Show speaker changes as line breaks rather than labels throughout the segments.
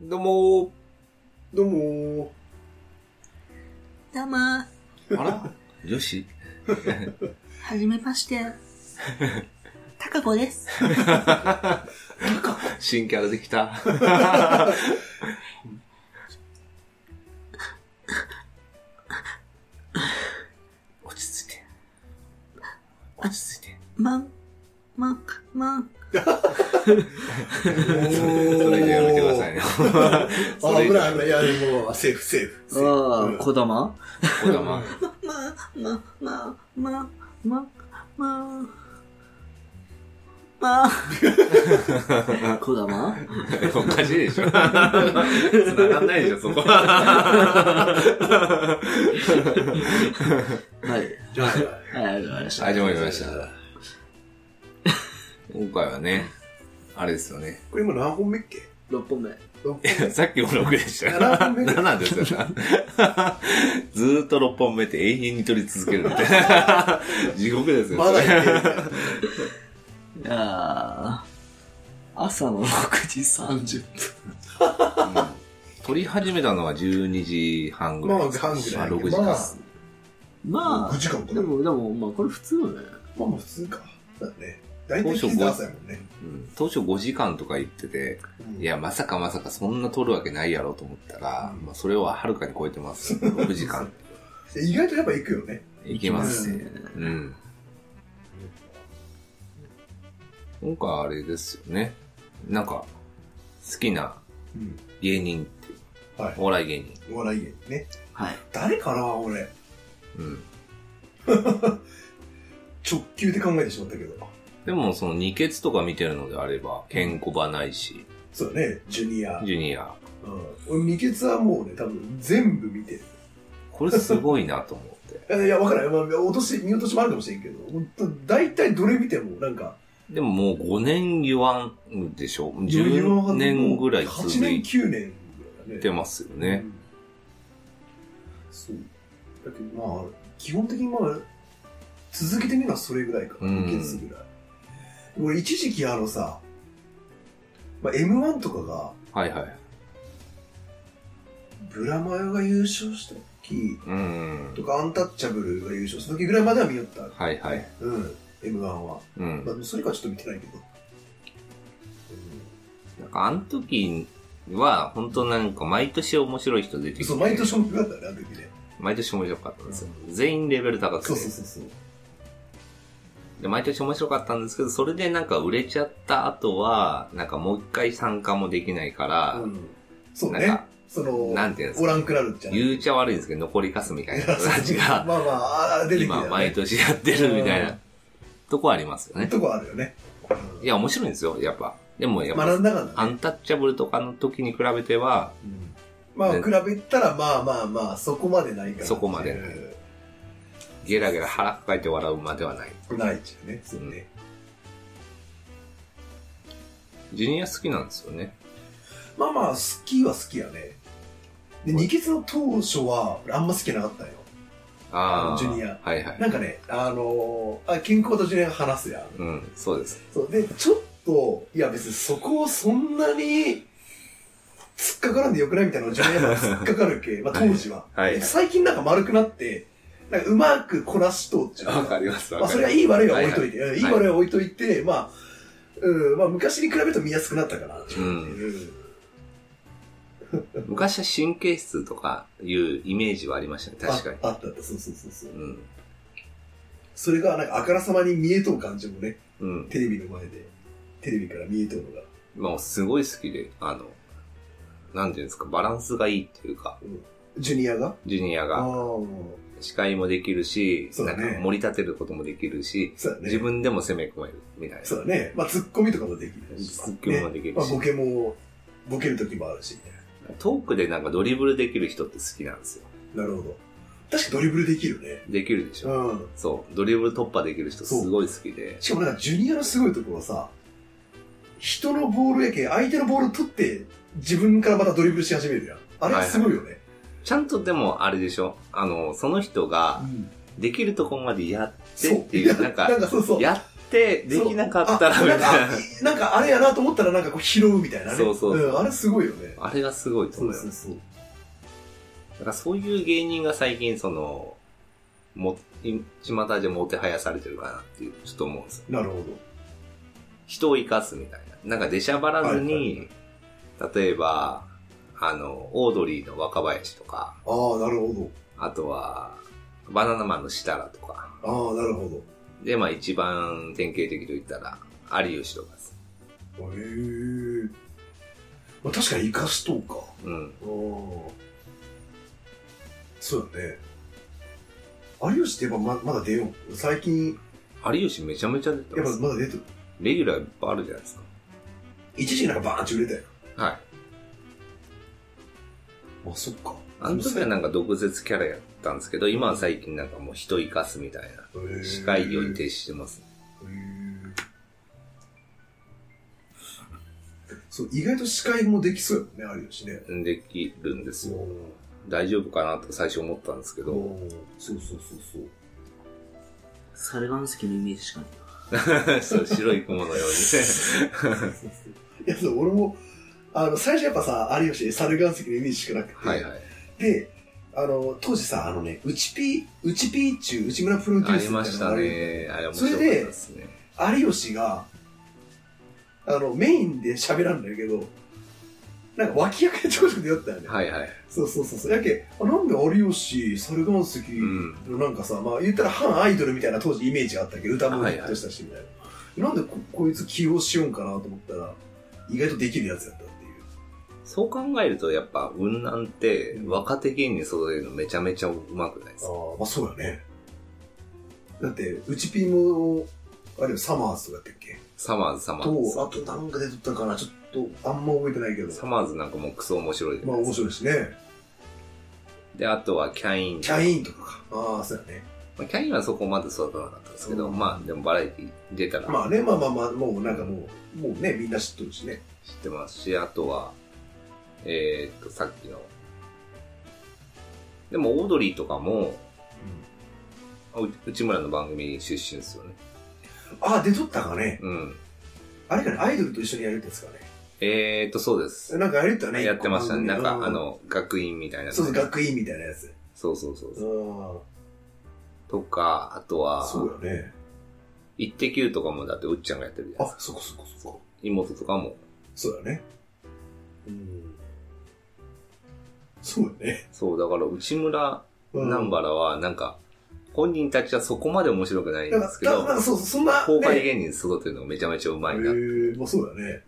どうもー。どうも
どうも、は
あら女子
じめまして。たかこです。
新キャラできた。落ち着いて。落ち着いて。
まん、まん、まん。
ー。
それ以上やめてくださいね。
あ、
それ以
危
上
ない危ない。いや、でも、セーフ、セーフ。セーフ
ああ、こだま
こだま。
ま、ま、ま、ま、ま、ま、ま、
こだま
おかしいでしょ。繋がんないでしょ、 そこ。
はい。
じゃあ、
はい、ありがとうございました。
始まりました。 今回はね、あれですよね。
これ今何本目っけ
6本目。
六本
さっきも6でしたよ。
7本目
7ですよ。 ずーっと6本目って永遠に取り続けるみたいな。 地獄です
目
よ。
まだいける
いやー朝の6時30
取り始めたのは12時半ぐらいです。
まあ半ぐらい
まあ6時間っす。
分。ま
5時
あ、
間か
でも、でも、まあ、これ普通よね。
まあまあ普通か。だね。大体聞いた朝やもんね。
うん当初5時間とか言ってて、いや、まさかまさかそんな取るわけないやろと思ったら、
うん
まあそれははるかに超えてます。6時 間。
うん、意外とやっぱ行くよね。
いけますね。うん。今回あれですよね。なんか、好きな
うん。
芸人って、
はい
お笑い芸人。
お笑い芸人ね。
はい。
誰かな俺。
うん。
直球で考えてしまったけど。
でも、その二血とか見てるのであれば、ケンコバないし、
そうだね。ジュニア。
ジュニア。
うん。俺、未決はもうね、多分全部見てる。
これすごいなと思って。
いや、わからない。まあ、落とし、見落としもあるかもしれんけど、本当大体どれ見ても、なんか、
でももう5年言わんでしょ
余裕は
?10 年ぐらい続
8年、
い
9年ぐらいだね。
てますよね
う。ん。そう。だけど、まあ、基本的にまあ、続けてみるのはそれぐらいかな。
うん
未決ぐらい。俺、一時期あのさ、まあ、M1 とかが、
はいはい。
ブラマヨが優勝した時
うん。
とか、アンタッチャブルが優勝した時ぐらいまでは見よった。
はいはい。
うん。M1 は。
う
ま
ん。
あ、それからちょっと見てないけど。
なんかあの時は、本当なんか毎年面白い人出てき
うん
て。
そう、毎年面白かったね、あの時ね。
毎年面白かったんですよ。全員レベル高くて。
そうそうそうそう。
で、毎年面白かったんですけど、それでなんか売れちゃった後は、なんかもう一回参加もできないから、
うんそう
なん
ね
か。
その、
なんていうんです
お
から
んくなるじゃん。
言うちゃ悪いんですけど、残りかすみたいな人たちが、
まあまあ、あー出てきたよ
今
ね。
毎年やってるみたいな、とこありますよね。
とこあるよね。
いや、面白いんですよ、やっぱ。でもやっぱ、
学んだからね
アンタッチャブルとかの時に比べては、
うんまあ、比べたら、まあまあまあ、そこまでないから。
そこまでないゲラゲラ腹抱えて笑うまではない。
うん。ないっちゃうね。そうね。
ジュニア好きなんですよね。
まあまあ、好きは好きやね。で、二血の当初は、俺あんま好きじゃなかったよ。
ああ。
ジュニア
はいはい。
なんかね、あのー、あ、健康とジュニアが話すやん。
うん、そうです。
そう、で、ちょっと、いや別にそこをそんなに、突っかからんでよくないみたいなのを自分で も突っかかるけ、まあ当時は。
はいはい
最近なんか丸くなって、なんかうまくこなしとっちゃう。
ります
まあそれはいい悪いは置いといて、いい、
はい
悪いは置いといて、まあ、うん、まあ昔に比べると見やすくなったかな。
う。
うんん。
昔は神経質とかいうイメージはありましたね、確かに。
ああったあった、そうそうそうそう。
うん。
それがなんかあからさまに見えとう感じもね、
うん。
テレビの前で、テレビから見えとうのが。
もうすごい好きで、あの、なんていうんですか、バランスがいいっていうか、
ジュニアが
ジュニア
ああ
が、司会もできるし、
そうだね
なんか盛り立てることもできるし、
そうだね。
自分でも攻め込めるみたいな。
そうだね。まあ、ツッコミとかもできるし。
ツッコミもできるし
ねまあ、ボケも、ボケる時もあるし、みたい
トークでなんかドリブルできる人って好きなんですよ。
な。なるほど。確かドリブルできるね。
できるでしょ。
うん。
そう。ドリブル突破できる人すごい好きで。
しかもなんか、ジュニアのすごいところはさ、人のボールやけん、相手のボールを取って、自分からまたドリブルし始めるやん。あれ
はいはい
すごいよね。
ちゃんとでもあれでしょ。あの、その人が
うん
できるとこまでやって
そう。
っていう、なんか
な、んかそうそう。
やって、できなかったら、
そう
みた
あ
い
なん
な
か。なんかあれやなと思ったらなんかこう拾うみたいなね
そうそうそうん
あれすごいよね
あれがすごいと思うよ。
そう
だからそういう芸人が最近、その、も、巷でもてはやされてるかなっていう、ちょっと思うんですよ。
なるほど
人を生かすみたいな。なんか出しゃばらず
はいは
に、例えば、あの、オードリーの若林とか、
ああなるほ
あとは、バナナマンの設楽とか。
どああなるほ
で、まあ一番典型的と言ったら、有吉とかです。
どへえ、まあ、確かに生かしとうか
うん。
ああそうだね有吉ってやっぱままだ出よう最近
有吉めちゃめちゃ出て
やっ
ま
ぱ
す。
まだ出てる
レギュラーいっぱいあるじゃないです
一時期なんかバーンって売れたよ
か。はい。
あそっか
あの時はなんか毒舌キャラやったんですけど、今は最近なんかもう人生かすみたいな。司会業に
へ
徹してます。
えそう意外と司会もできそうやもんね有吉ね
できるんですよ。
う
大丈夫かなと最初思ったんですけ ど、
そうそうそうそう
サル岩石のイメージしかない。
そう白い雲のように。
いやそう俺もあの最初やっぱさ有吉猿岩石のイメージしかなく て、
はい はい。
であの当時さあのね「うちぴうちぴーっちゅう内村プロデュ
あ
ー
り
ス」
ましたね。あれ面白かったですね。
あれ有吉があのメインで喋らんだけどなんか脇役でちょこちょこ出会ったよね、
はいはい。
そうそうそうそうやけあなんで有吉猿岩石
うん。
のなんかさまあ言ったら反アイドルみたいな当時イメージがあったけど歌もヒットしたしみたいな、なんでここいつ起用しようんかなと思ったら意外とできるやつやったっていう
そう考えると、やっぱ、雲南って、若手芸人育てるのめちゃめちゃうまくないですか
ああまあそうやねだってうちピーもあれよサマーズとかやったっけ
サマーズ、サマーズ。
とあとなんか出とったかなちょっとあんま覚えてないけど
サマーズなんかもうクソ面白いじゃ
ま
な
あ
いで
面
すか。
白いしね
で、あとはキャイン。
キャインとかかああそうやね
まあキャインはそこまで育たなかったですけど、
うん
まあ、でもバラエティ出たら
まあねまあまあまあもうなんかもうもうねみんな知っとるしね
知ってますし、あとは、えーっと、さっきの。でも、オードリーとかも、う内村の番組出身ですよね。
ああ出とったかね
うん。
あれかねアイドルと一緒にやるってやつかね
えーっと、そうです。
なんかやるってよね
やってましたね。
一
な
個
ん
番組
か、
う
あの、学院みたいな。
そうそう、学院みたいなやつ。
そうそうそう
う
そう。
ん。
とか、あとは、
そうよね。
イッテ Q とかもだってうっちゃんがやってるじゃないですか。、
あそこそこそこ。
妹とかも、
そうだね。うん。そうだね。
そう、だから内村
うん
南原はなんか、本人たちはそこまで面白くないん
なん
で
か
す、け
だ
ど
な、んかそう、そんな、
公開
ね
芸人育てるのがめちゃめちゃうまい
へ
な。
ーまあそうだね。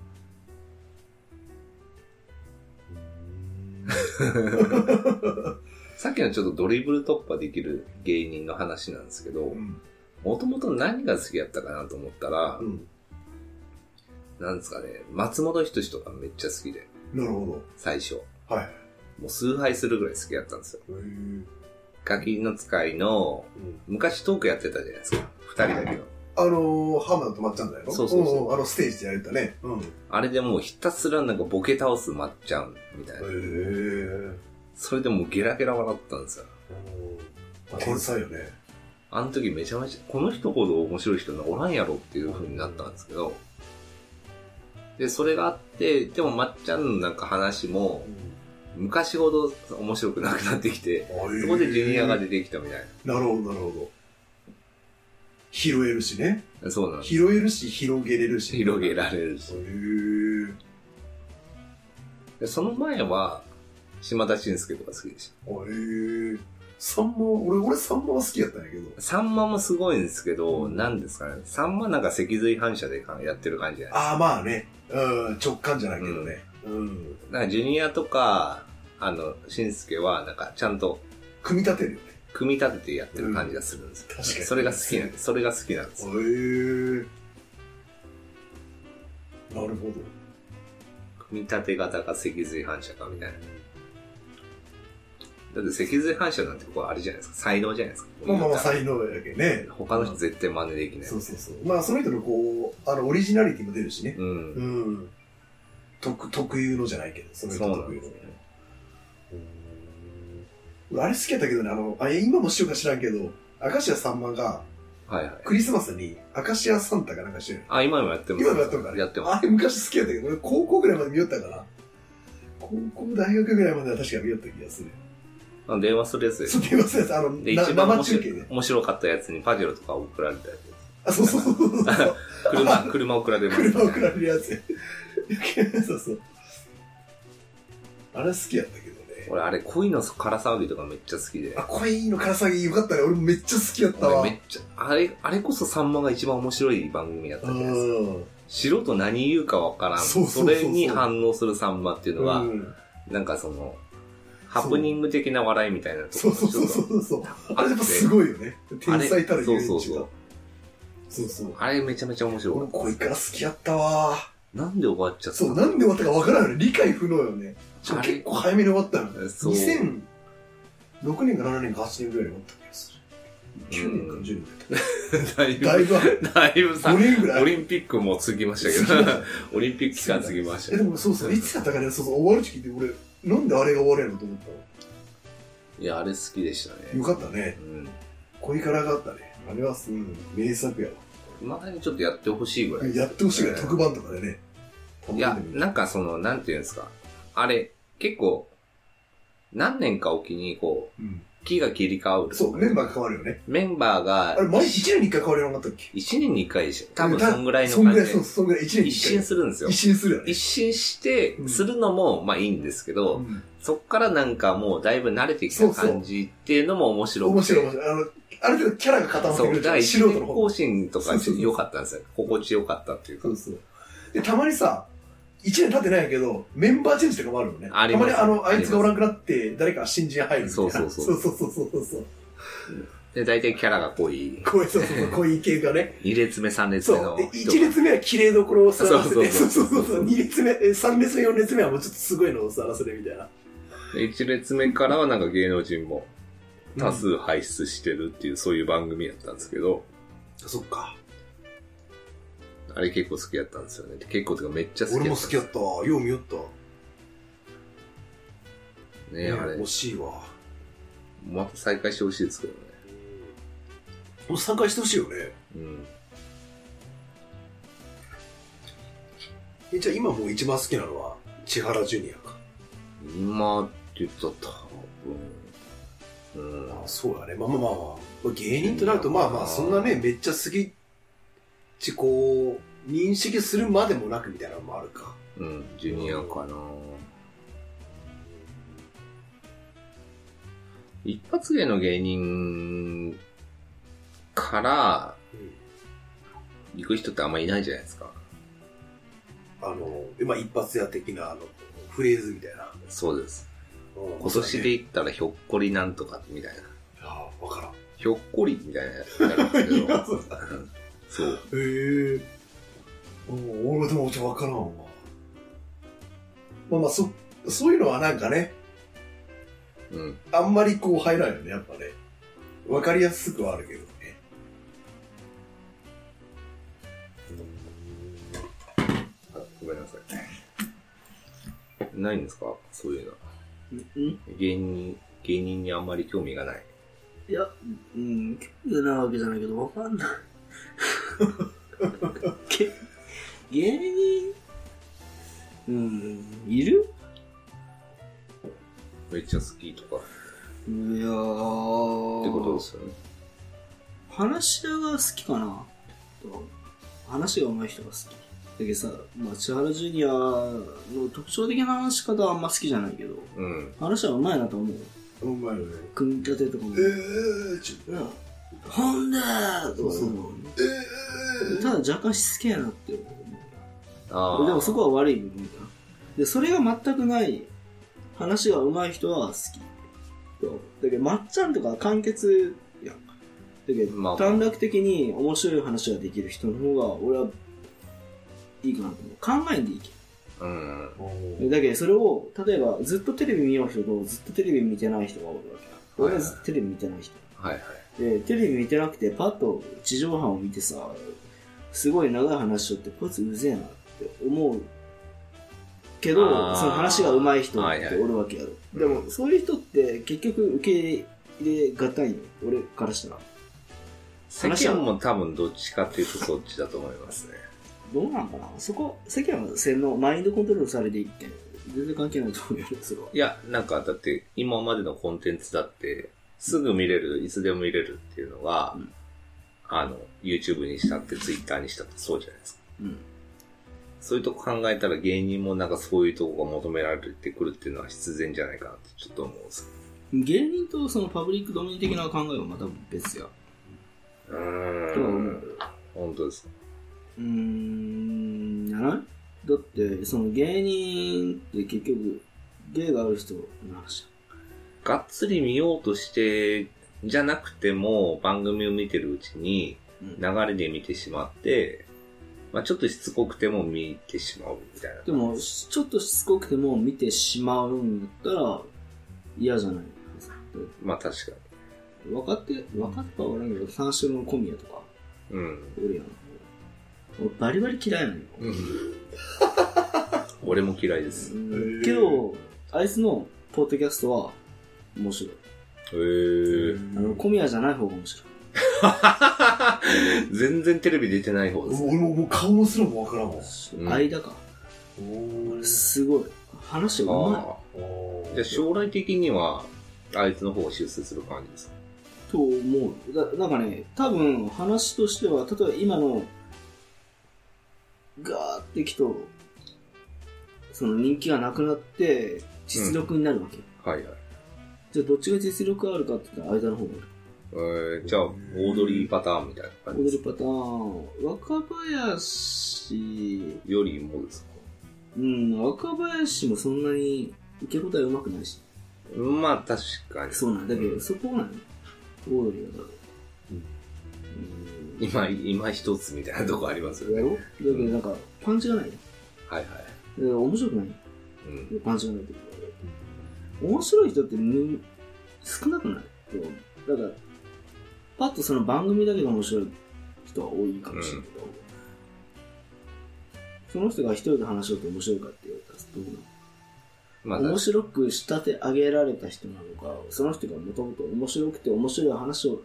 さっきのちょっとドリブル突破できる芸人の話なんですけど
う、ん。
もともと何が好きやったかなと思ったら
う、ん。
なんですかね、松本人志とかめっちゃ好きで、
なるほ
最初。
ど。はい。
もう崇拝するぐらい好きだったんですよ。
へーうん。
ガキの使いの、昔トークやってたじゃないですか。二人だけど。
あのー、浜田とまっちゃんだよ。
そうそうそうん
んあの、ステージでやれたね。うん。へ
あれでもうひたすらなんかボケ倒すまっちゃんみたいな。
え。
それでもうゲラゲラ笑ったんですよ。
天才よね。
あの時めちゃめちゃ、この人ほど面白い人おらんやろっていう風になったんですけど、で、それがあって、でもまっちゃんのなんか話も、昔ほど面白くなくなってきて、そ
そ
こでジュニアが出てきたみたい
なるほど、なるほど。拾えるしね。
な。そうなんです。
拾えるし、広げれるし。
広げ
る。
られる
へ
し。
ぇ
でその前は、島田紳介とか好きでした。
ー。へぇー。サンマ、俺、俺サンマは好きやったんやけど。
サンマもすごいんですけど、なんですかね。サンマなんか脊髄反射でやってる感じじゃないですか
ああ、まあね。うん、直感じゃないけどね。うん。
なんかジュニアとか、あの、しんすけは、なんか、ちゃんと、
組み立てるよね。
組み立ててやってる感じがするんですよ。
うん確かに
それが好きなんです。それが好きなんです
へ
よ。
ぇー。なるほど。
組み立て型か脊髄反射かみたいな。だって脊髄反射なんてここはあれじゃないですか。才能じゃないですか。
まあまあまあ、才能やけね。
他の人絶対真似できない。
そうそうそう。まあ、その人のこう、あの、オリジナリティも出るしね。
う。
うんん。特、特有のじゃないけど、その
そ
人
うなん
特有
です
の
ね。。
俺あれ好きやったけどね、あの、あ今もしようか知らんけど、明石家さんまが、
はいはい。
クリスマスにアカシアサンタかなんかしてる。
あ、今もやってます。
今もやってるから、ね、
やってます。
あれ昔好きやったけど、俺高校ぐらいまで見よったから、高校、大学ぐらいまでは確か見よった気がする。
あの電話するやつです
そ。う、電話するやつ、あの、
で、
な
一番面
生
白
中継
い
で。
面白かったやつにパジェロとか送られたやつです。
あ、そうそうそうそう そう。
車、車送られます、
車を送られるやつ。 そうそう。あれ好きやったけどね。
俺、あれ、恋の空騒ぎとかめっちゃ好きで
あ、。恋のからさぎよかったね。俺もめっちゃ好きやったわ。
俺めっちゃ、あれ、あれこそさんまが一番面白い番組やったじゃないですか。
うん。
素人何言うかわからん。
そうそ
そ
うそうそう
れに反応するさんまっていうのは、
うん
なんかその、ハプニング的な笑いみたいなとこ
そ
ろ
うそうそうそうそう。あれやっぱす
い。
ごいよね。天才たる
そ
遊
う
園地
そ
が
うそう。
そうそう。
あれめちゃめちゃ面白
俺
か
も
っ
恋から好きやったわ。
た。なんで終わっちゃった
そう、なんで終わったかわからんよね。理解不能よね。しかも
あれ
結構早めに終わったよね。
そう
2006年か7年か8年ぐらいに終わった気がする。9年か
うん
10年か。
だいぶ、
だいぶあ る、
だいぶさ
5、年ぐらい。
オリンピックも過ぎましたけど、 オリンピック期間過ぎました
えで
けど。
もそうそう、いつやったかね、そうそう、終わる時って俺、なんであれが終わるのと思っ
いや、あれ好きでした
たの。
ね。
よかったね。
うん。
恋からがあったね。あれは、うん、名作や
まだにちょっとやってほしいぐら
わ。
い。
やってほしいぐらい、
うん
特番とかでね。
いや、
頼んでみる
なんかその、なんていうんですか。あれ、結構、何年かおきに、こ
うん
う、木が切り替わる。
そう、メンバーが変わるよね。
メンバーが
あれ、、毎日1年に1回変わるようになったっけ
1年に1回でしょ。多分
た
そんぐらいの
そん
感
ぐらい、
じ
そう、そんぐらい1年
で。
に
一
1
新
回。
するんですよ
一。新するよね
一。新して
う、ん
するのも、まあいいんですけど、
うん
そっからなんかもうだいぶ慣れてきた感じっていうのも面白くて。
面白い面白い。あの、ある程度キャラが固まって
そう、
くる
だ
じ
か
ゃ
ら
ん。
一
素人
年
の方
更新とか良かったんですよ。心地よかったっていうか
そ。うそう。で、たまにさ、1年経ってないけど、メンバーチェンジとかもあるよね。
あり
た
ま
ますにあの、あ
あり
い
ます
つがおらんくなって、誰か新人入るみたいな。
そうそうそう
そうそうそうそうそう。
で、大体キャラが濃い。
こういう、そうそうそう、こういう系がね。
2列目、3列
そ
目の
う。で、
人
1列目は綺麗どころをさらせて、
そ
そうう
そ
そ
そそう
ううそううそう、2列目、え3列目、4列目はもうちょっとすごいのをさらせるみたいな。
1列目からはなんか芸能人も多数輩出してるっていう、そういう番組やったんですけど、
そっか。
あれ結構好きやったんですよね。結構というかめっちゃ好き
俺
や
も
った
好
ん
き
で
やったわ。よう見よったわ。
すね。あれ
惜、しいわ。
また再開してほしいですけどね。
もう参加してほしいよね。
うん。
えじゃあ今もう一番好きなのは、千原ジュニアか。
今って言ったら多分、うん。
あそうだね。まあまあまあまあ、まあ、芸人となると、まあまあ、そんなね、めっちゃ好きってこう、認識するまでもなくみたいなのもあるか。
うん、ジュニアかな一発芸の芸人から
うん
行く人ってあんまいないじゃないですか。
あの、でまあ一発屋的な、あの、フレーズみたいな。
そうです。
うん
今年で。言ったらひょっこりなんとかみたいな。
ああ、わからん。へ
ひょっこりみたいなやつになるんですけ
い
ど
やそ
う
う。
んそう。
え。うん俺でもちょっとわからんわ。まあまあ、そ、そういうのはなんかね、
うん。
あんまりこう入らんよね、やっぱね。わかりやすくはあるけどね。
あごめんなさい。ないんですかそういうの。
んん
芸人、芸人にあんまり興味がない。
いや、うん、興味がないわけじゃないけど、わか んない。け芸人うん、いる
めっちゃ好きとか。
いやー。
ってことですよね。
話し家が好きかな話が上手い人が好きだけどさ、まあ、千原ジュニアの特徴的な話し方はあんま好きじゃないけど
うん。
話は上手いなと思う
うまいよね。
組み立てとかも
えー、ちょ
う
っと。
んほんでーとかそう思う
え
ただ若干しつけえなって思
あ
う
あ。
でもそこは悪い部分だなでそれが全くない話が上手い人は好きそうだけどまっちゃんとか完結やんだけど
まあ、
短絡的に面白い話ができる人の方が俺はいいかなと思う考えんでいいけ
うん。
ー
どだけどそれを例えばずっとテレビ見よう人とずっとテレビ見てない人がおるわけだ俺はずっとテレビ見てない人
はいはい。
でテレビ見てなくてパッと地上波を見てさすごい長い話しとってこいつうぜえなって思うけど
あー
その話が上手い人っておるわけやろ、
はいはい
でもそういう人って結局受け入れがたいよ俺からしたら
世間も多分どっちかっていうとそっちだと思いますね。
どうなんかなそこ、世間は洗脳、マインドコントロールされていって、全然関係ないと思うよ、それは。
いや、なんかだって今までのコンテンツだって、すぐ見れる、いつでも見れるっていうのが、
うん
あの、YouTube にしたって、Twitter にしたってそうじゃないですか。
うん。
そういうとこ考えたら芸人もなんかそういうとこが求められてくるっていうのは必然じゃないかなってちょっと思うんです
芸人とそのパブリックドメイン的な考えはまた別や。
けど。う
とは思
ーん。
う。
本当ですか。
うーん、じゃないだって、その芸人って結局、芸がある人の話
がっつり見ようとして、じゃなくても番組を見てるうちに
だ。う
流
ん
れで見てしまって、まあちょっとしつこくても見てしまうみたいな。
でも、ちょっとしつこくても見てしまうんだったら嫌じゃないですか。
まあ確か
分かって、分かったは悪いけど、三四郎の小宮とか、
に。うん。
俺やん。俺バリバリ嫌いなのよ。
俺も嫌いです。へ
ー
けど、あいつのポッドキャストは面白い。
え。
あの、小宮じゃない方が面白い。
全然テレビ出てない方です。
俺ももう顔もすらもわからんわ。
うん
間か。
おー
すごい。話がうまい。
あ
おー
あ。じゃあ将来的には、あいつの方を出世する感じですか
と思う。だなんかね、多分話としては、例えば今の、ガーってきと、その人気がなくなって、実力になるわけ。
はいはい。
じゃあどっちが実力あるかって言ったら間の方がいる。
えー、じゃあ、オードリーパターンみたいな感じ
踊
です
るパターン、若林、
かよりもですか
うん、若林もそんなに受け答えうまくないし。
まあ確かに。
そうなんだけど、
うん
そこがね、オードリーがだ
うん
うん
今、今一つみたいなとこありますよ
や
ね。
ろだけどなんか、パンチがない。だ
はいはい。
から面白くない。
うん。
パンチがないと面白い人ってむ少なくないだからパッとその番組だけが面白い人は多いかもしれないけど、その人が一人で話しようと面白いかって言われたらどうなの
まあ
面
確
白く仕立て上げられた人なのかその人がもともと面白くて面白い話を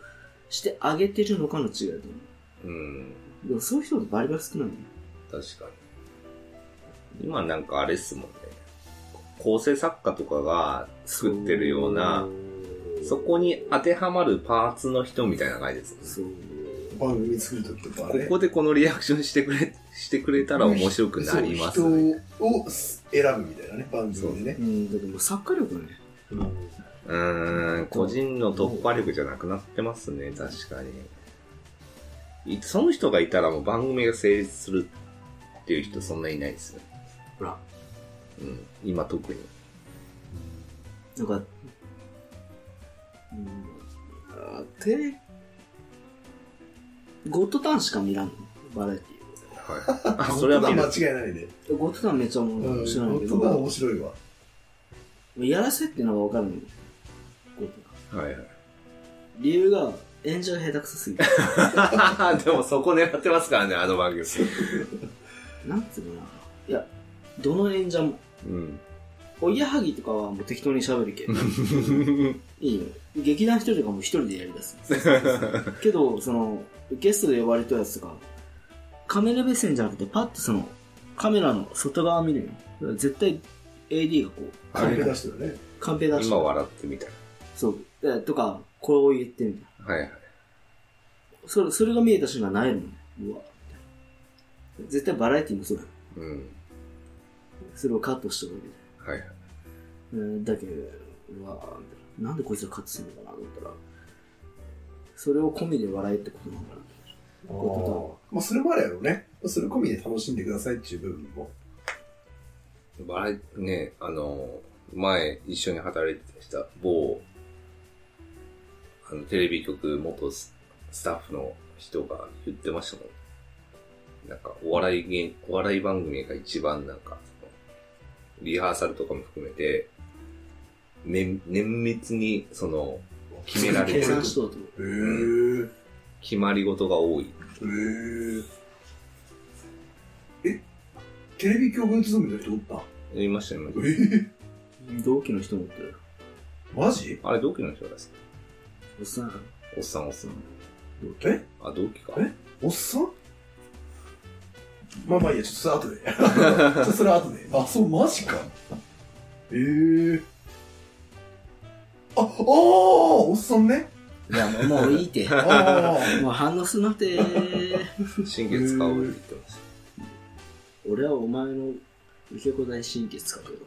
してあげてるのかの違いだと思
うん。
うでもそういう人ってバリバリ少ないのよ
確かに。今なんかあれっすもんね。構成作家とかが作ってるような、そこに当てはまるパーツの人みたいな感じです
そ
ね。
う
番組作るときとか
こ
ね。
こでこのリアクションしてくれ、 してくれたら面白くなりますね。
そう人を選ぶみたいなね、番組でね
う。んだってもう作家力がね
うーん、個人の突破力じゃなくなってますね、確かに。いその人がいたらもう番組が成立するっていう人そんなにいないですよ。
ほら
うん、今特に。
なんか、うん、あて、ゴッドタンしか見らんの、バラエテ
はい。あ、
あ
それは見る
間。違いないね。
ィー。ゴッドタンめっちゃ面
う
白
ん。
い知らないけ
本当だ
ど、
面白いわ。
やらせっていうのがわかるのよ。ゴッドタ
はいはい。
ン理由が、演者が下手くそすぎる。
でもそこ狙ってますからね、あの番組。
なんつうのかな。いや、どの演者も、
うん。
おぎやはぎとかはもう適当に喋るけど、いいよ。劇団一人とかも一人でやりだす。けど、その、ゲストで呼ばれたやつとか、カメラ目線じゃなくて、パッとその、カメラの外側見るよ。だから絶対、AD がこう、
は
カ
い
ンペ出してるね。
カンペ出して
今、笑ってみたい
そう、だからとか、これを言ってみたいな。
な。はいはい。
それ、それが見えた瞬間、萎えるもん。うわ、みたいな絶対バラエティもそうだよ。
うん。
それをカットしておくみたいな。
はいはい。
うんだけど、うわーみたいななんでこいつらカットするのかなと思ったら、それを込みで笑えってことなのかな。
あ
ー
ーまあ、それもあるやろうね。それ込みで楽しんでくださいっていう部分も。
バラエね、あの、前一緒に働いてた某、あの、テレビ局元ススタッフの人が言ってましたもん。なんか、お笑い芸、お笑い番組が一番なんか、そのリハーサルとかも含めて、綿綿密に、その、決められて
計
る
算しとうと思う。
へー。
決まり事が多い。
へー。えテレビ局に勤めてる人おった
言いましたね
え。ー、
同期の人もってる。
マジ
あれ、同期の人ですか
おっさんやから
おっさんおっさん。
え
あ、同期か。
えおっさんまあまあいいや、ちょっとそれ後で。ちょっとそれ後で。あ、そう、マジか。ええあ、ああおっさんね。
いや、もうもういいって。
あ
もう反応すんなって。
新月使おうって言ってます。
俺はお前の受け答え神経使うけど。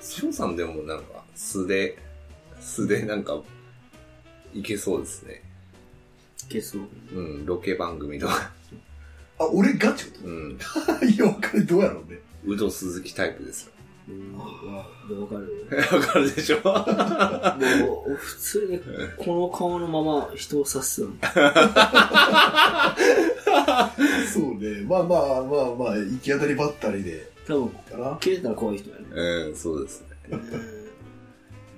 翔さんでもなんか、素で、素でなんか、いけそうですね。
ゲスを。
うん、ロケ番組とか。
あ。あ、俺がってこ
うん。
と いや、わかる。どうやろうね。
ウド鈴木タイプですよ。
うん、わわかる。
わかるでしょ
もう、普通にこの顔のまま人を指すの。
そうね。まあまあまあまあ、行き当たりばったりで。
多分、
かな。
切れたら怖い人やね。
うん、そうですね。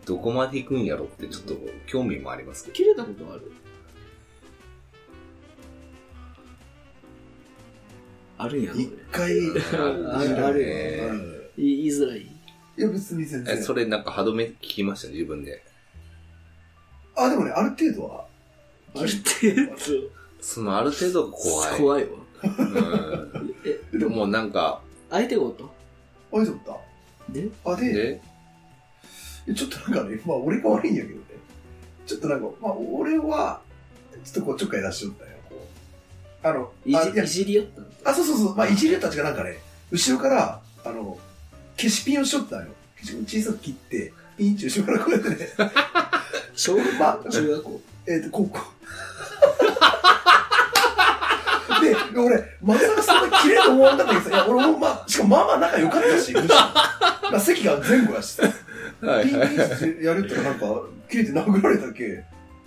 どこまで行くんやろってちょっと興味もありますけど。
切れたことあるあるんやろ、
一
俺
回、
あるあるよ
う
ね
ん
言い言いづらい。
いや、別に全
え、
然。
それなんか歯止め聞きましたね、自分で。
あ、でもね、ある程度は。
ある程度。
そのある程度が怖い。
怖いわ。
うん。でもなんか、
相手ごと
あ、いいと思っ
で
た。あ、で、
で、
ちょっとなんかね、まあ俺が悪いんやけどね。ちょっとなんか、まあ俺は、ちょっとこうちょっかい出しよったんよ、こう。あの、
い
あ、
じいじり合ったの
あ、そうそうそう、まあ、いじれたちがなんかね、後ろから、あの、消しピンをしとったんよ。消しピン小さく切って、ピンチ後ろからこうやってね、
小学
まあ
校中学校
えっ、と、こう、こう。で、俺、まさかそんな綺麗と思わんかったけどさ、いや、俺もまあ、しかもまあまあ仲良かったし、むしろまあ、席が前後やしさ、
はい
ピンピン
はい
ってやるってなんか、切れて殴られたっけ。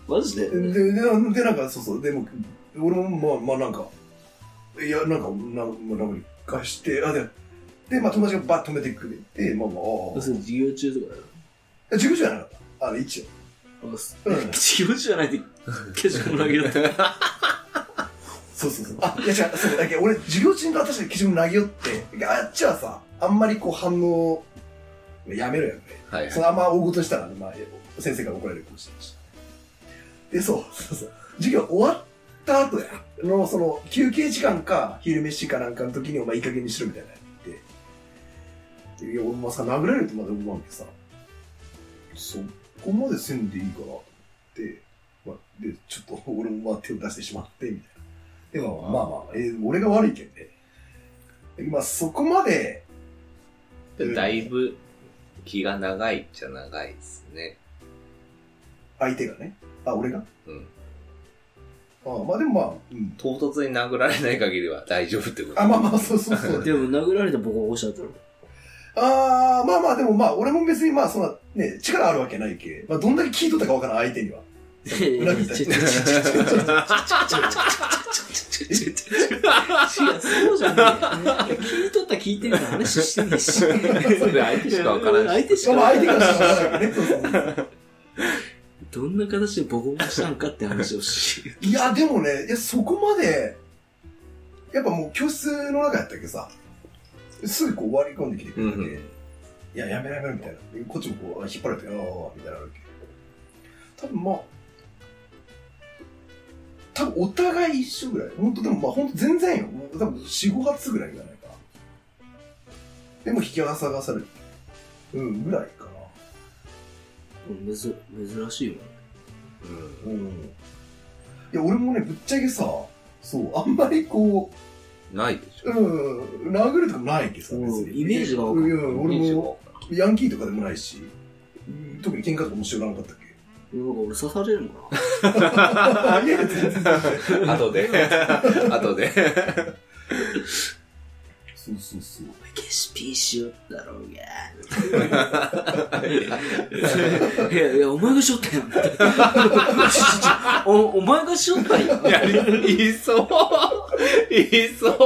マジで
で、で、なんで、なんか、そうそう、でも、俺も、まあ、まあ、なんか、いや、なんか、な、まあ、なんか、返して、あ、で、で、まあ、友達がバッと止めてくれて、まあ、まあ、あ
要するに授業中とか
あ、自分じゃなかった。あの、一応。
だよ。
うん。
授業中じゃないで、消しゴム投げ合った。
そうそうそう。あ、いや、違う、そう、だけど俺、授業中に私が基準投げ寄って、であっちはさ、あんまりこう、反応、やめろよ、ね。
はい
そ。のあんま大ごとしたら、ね、まあ、先生から怒られるかもしれないし。で、そう、そうそう。授業終わった後や、の、その、休憩時間か、昼飯かなんかの時に、お前いい加減にしろみたいなの言って。いや、俺もさ、殴られるとまで思わんけどさ、そこまでせんでいいかなと思って、まあ、で、ちょっと俺もまあ手を出してしまって、みたいな。でも、まあまあ、えー俺が悪いけんね。でまあ、そこまで、
だいぶ気が長いっちゃ長いですね。
相手がね、あ、俺が
うん。
ああまあでもまあ、うん、
唐突に殴られない限りは大丈夫ってこと
あ、まあまあ、そうそうそ う。
でも殴られたボコボコしちゃったの。
ああ、まあまあ、でもまあ、俺も別にまあ、そんな、ね、力あるわけないけ。まあ、どんだけ聞いとったかわからん、相手には。裏みたい
ちょちょちょちょちょちょちょちょちょちょちょちょちょちょちょ違う、そうじゃない。聞いとった聞いてるの話してねえし。
それ相手しかわからんし
相手しか
まあ、
わから
相手
ん。
からしたらね。そうそうそう
どんな形でボコボコしたんかって話をし。
いや、でもね、いや、そこまで、やっぱもう教室の中やったっけさ、すぐこう割り込んできてくれ
う
て、
んうん
いや、やめろやめろみたいな。でこっちもこう、あ引っ張られて、ああ、みたいなのあるけど。多分まあ、多分お互い一緒ぐらい。本当でもまあ、本当全然よ。もう多分4、5発ぐらいじゃないかな。でも引き合わさがされる。うん、ぐらいかな。
むず珍しいよ。
うん。
うん。いや、俺もね、ぶっちゃけさ、そう、あんまりこう、
ないでしょ。
うん、殴るとかないけどさ、
うん
別に。
イメージがわ
う
か
ん
る
いや、俺
認知
も
も
ヤンキーとかでもないし、うん特に喧嘩とかも知らなかったっ け。
なんか俺刺されるのか
いや、全然。
後 で。後で。
そうそうそう。
な消しピーしよったろうが。いやいや、お前がしよったやん。おお前がしよったやん。
やり、いそう。いそう。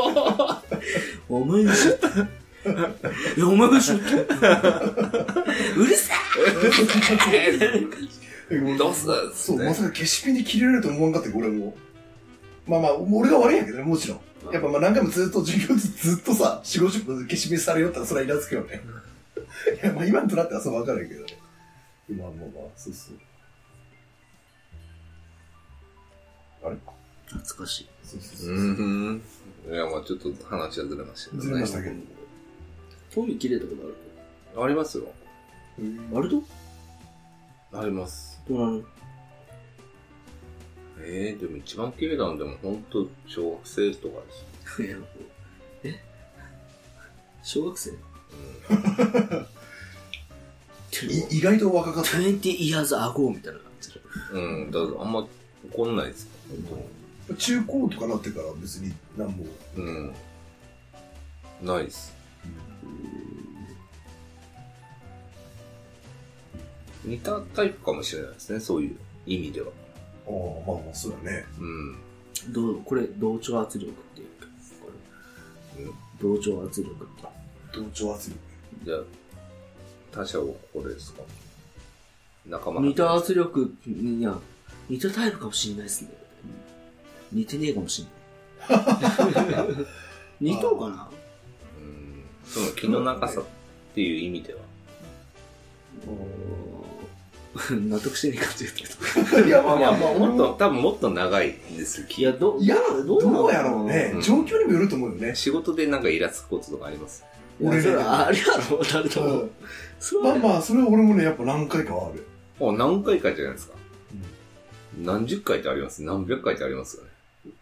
お前がしよった。いや、お前がしよった。うるさ
どうすん
そう、
ね
まさか消しピンで切れると思わんかったけど、俺も。まあまあ、俺が悪いんやけどね、もちろん。やっぱまあ何回もずっと授業ずずっとさ、4、50分消しピンされよったらそれはイラつくよね。 いや、まあ今となってはそうわかるけどね。まあまあまあ、そうそう。あれ
懐かしい。
そうそうそううそう。
ん。いや、まあちょっと話はずれましたけど
ずれましたけど。
トイレ切れたことあ
あ
る
りますよ。
あると
あります。
どうなの
ええでも一番綺麗なんでも本当小学生とかです。
いやえ小学生
い意外と若かった。
?20 years ago みたいな感じで。
うん。うん。だからあんま怒んないですか
中高とかなってから別に何も。
うん。ないです。似たタイプかもしれないですね、そういう意味では。
ああ、まあまあ、そうだね。
うん。
どうこれ、同調圧力っていうか、これ
うん
同調圧力って。
同調圧力。
じゃあ、他者をこれですか仲間
似た圧力、いや、似たタイプかもしれないですね。似てねえかもしれない。似とうかな
うん。その気の長さっていう意味では。
うーん 納得してねえ感じだけど。
いや、まあまあまあ、
もっと、多分もっと長いんですよ、
いや、ど、
いや、ど
なの
うやろうね。
うん
状況にもよると思うよね。
仕事でなんかイラつくこととかあります
俺ら、あれやろ、誰と
う
も
ん。
それ
まあ
はね
まあ、それは俺もね、やっぱ何回かはある。
もう何回かじゃないですか。何十回ってあります何百回ってありますよね。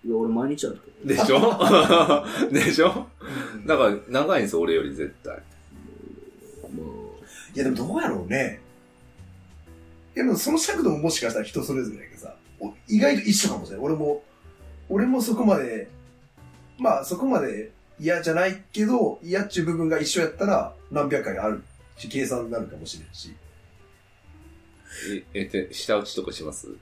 いや、俺毎日あるけど。
でしょ でしょだから長いんですよ、俺より絶対。
も
いや、でもどうやろうね。いや、でもその尺度ももしかしたら人それぞれだけどさ、お意外と一緒かもしれない。俺も、俺もそこまで、まあそこまで嫌じゃないけど、嫌っちゅう部分が一緒やったら何百回あるし、計算になるかもしれんし。
え、え、で、下打ちとかします
う、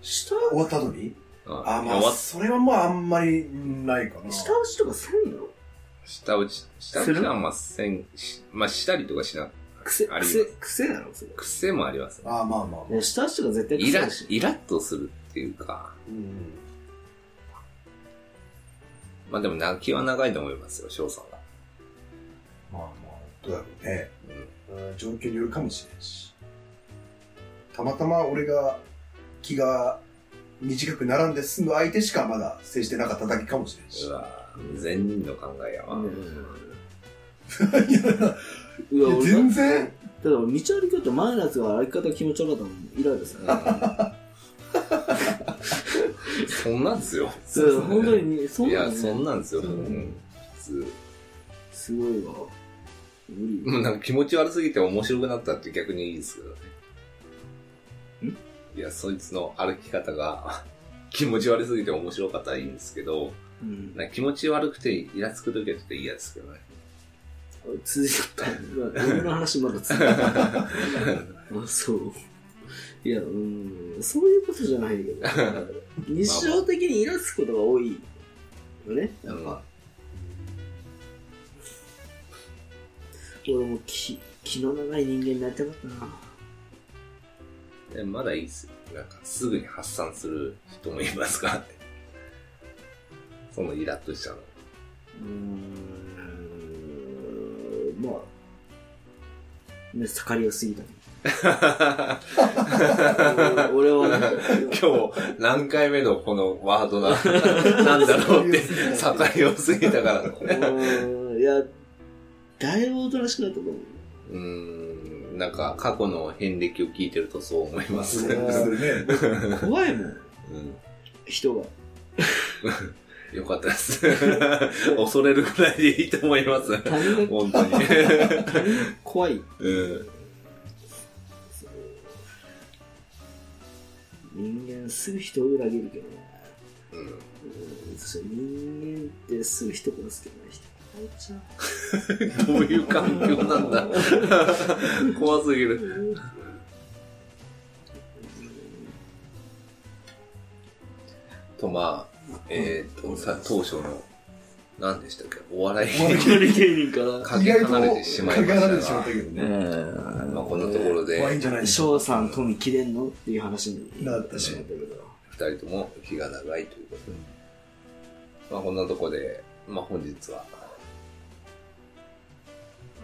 下、
終わった後にあ、ま
終
あ、
わっ
それはまああんまりないかな。
下打ちとかせんの
下打ち、下打ちはまあせん、しまあしたりとかしな、
癖、
あります
癖、癖なのそれ。
癖もありますね。
ああ、まあまあまあ
い。や、下打ちとか絶対
イ
癖
ラ
だし、。
イラッとするっていうか。
うん。
まあでも泣きは長いと思いますよ、翔さんは。
まあまあ、どうやろうね。うん、状況によるかもしれんし。たまたま俺が気が短く並んで済む相手しかまだ接してなかっただけかもしれんし
う。わぁ、善人の考えやわ。
いや
いや、俺
全然。
だから道歩きよって前のやつが歩き方気持ち悪かったのにイライラする。
そんなんですよ。
そう、本当に、そ
いう
な
や、
の
そん
ね。
なんですよ。
う
うんん普通。
すごいわ。無理。
もうなんか気持ち悪すぎて面白くなったって逆にいいですけどね。いや、そいつの歩き方が 気持ち悪すぎて面白かったらいいんですけど、
うん。
なんか気持ち悪くてイラつく時はちょっと嫌ですけどね。
続いちゃった。俺の話まだ続い てた。あ、そう。いや、うん、そういうことじゃないけど。日常的にイラつくことが多いよね。やっぱ。俺も気、気の長い人間になりたかったな。
でまだいいですよ。なんかすぐに発散する人もいますからね。そのイラッとしたの。
うーん、まあ、ね、盛りが過ぎたね。俺は ね、
今日何回目のこのワードな、 なんだろうって、盛りを過ぎたから
う
ね。
ーんいや、だいぶおとなしくなったと思う。
うーん、なんか過去の遍歴を聞いてるとそう思います。
そう
するね。
怖いもん、
う
人が。
ん、よかったです。 恐れるくらいでいいと思います。
他人が
本当 に。
怖い。
うん、
人間すぐ人を裏切るけどね。
うん
うんそして人間ってすぐ人殺すけどね、人殺しちゃう。
どういう環境なん だ。怖すぎる。と、まあ、えっ、と、さ、当初の、何でしたっけ、お笑い
いきなり芸人から。
か
意
け
外と、
離れてしまい
かけ
まし
離
た
れてしまっ
が
た、けどね。
まあ、このところで、
まあいいんじゃないですか。
翔さん、富切れんのっていう話に
なってしま
ま
っ
ったけど。
二人とも気が長いということで。まあ、こんなとこで、まあ、本日は、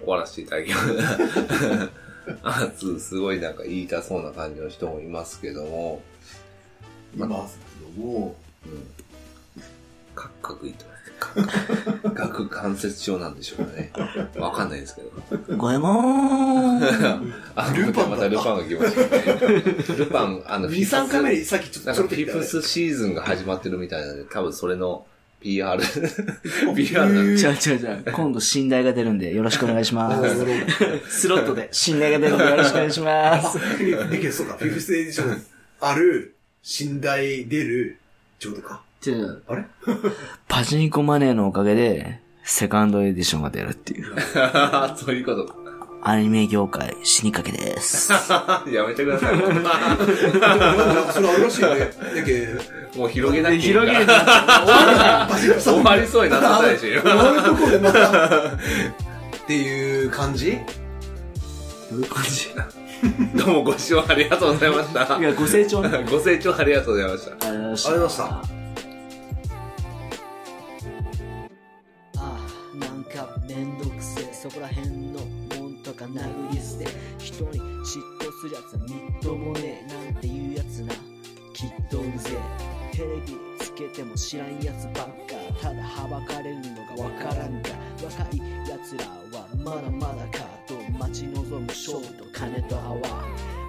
終わらせていただきます。 あつ、すごいなんか言いたそうな感じの人もいますけども、
いますけど。も、
うん。カクカク言ってます。 顎関節症なんでしょうかね。わかんないですけど。
ごえもーん。
あ
ルパンだ
またルパンが来ましたね。ルパン、あの、
2、3回目にさっきちょっ
な
と
ん
ち
かフ
ょろっと
ィ
言った
フス
ね
シーズンが始まってるみたいなので、多分それの PR、PR なん で
違う違う違う。今度、信頼が出るんで、よろしくお願いしま
あ
す。スロットで、信頼が出るんで、よろしくお願いします。
ーだけどそうか、フィフスエディションある、信頼出る、ちょうどか。
違う違う
あれ
パチンコマネーのおかげで、セカンドエディションが出るって いう。
そういうことか。
アニメ業界、死にかけです。
やめてください。
なんかそれあるらしいよね。だけど、
もう 広げなきゃいいから。
パチンコさん
終わりそうになってたでしょ。
終わるとこでまた、っていう感じ
ど ういう感じ
どうもご視聴ありがとうございました
い。や、ご清聴ね。
ご清聴ありがとうございました。
ありがとうご
ありがとうございま
ああなんかめんどくせえそこらへんのもんとか殴り捨て人に嫉妬するやつはみっともねえなんていうやつなきっとうぜえテレビつけても知らんやつばっかただはばかれるのがわからんか若いやつらはまだまだかと待ち望む勝負と金と泡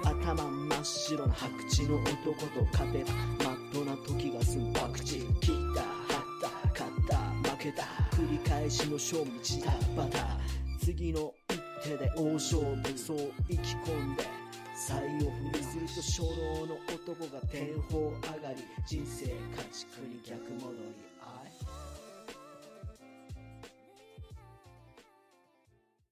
頭真っ白な白痴の男と勝てばまっとうな時が済む博打切った張った勝った負けた繰り返しの勝負チタバタ次の一手で大勝負そう意気込んで才を振りすると初老の男が天保上がり人生家畜に逆戻り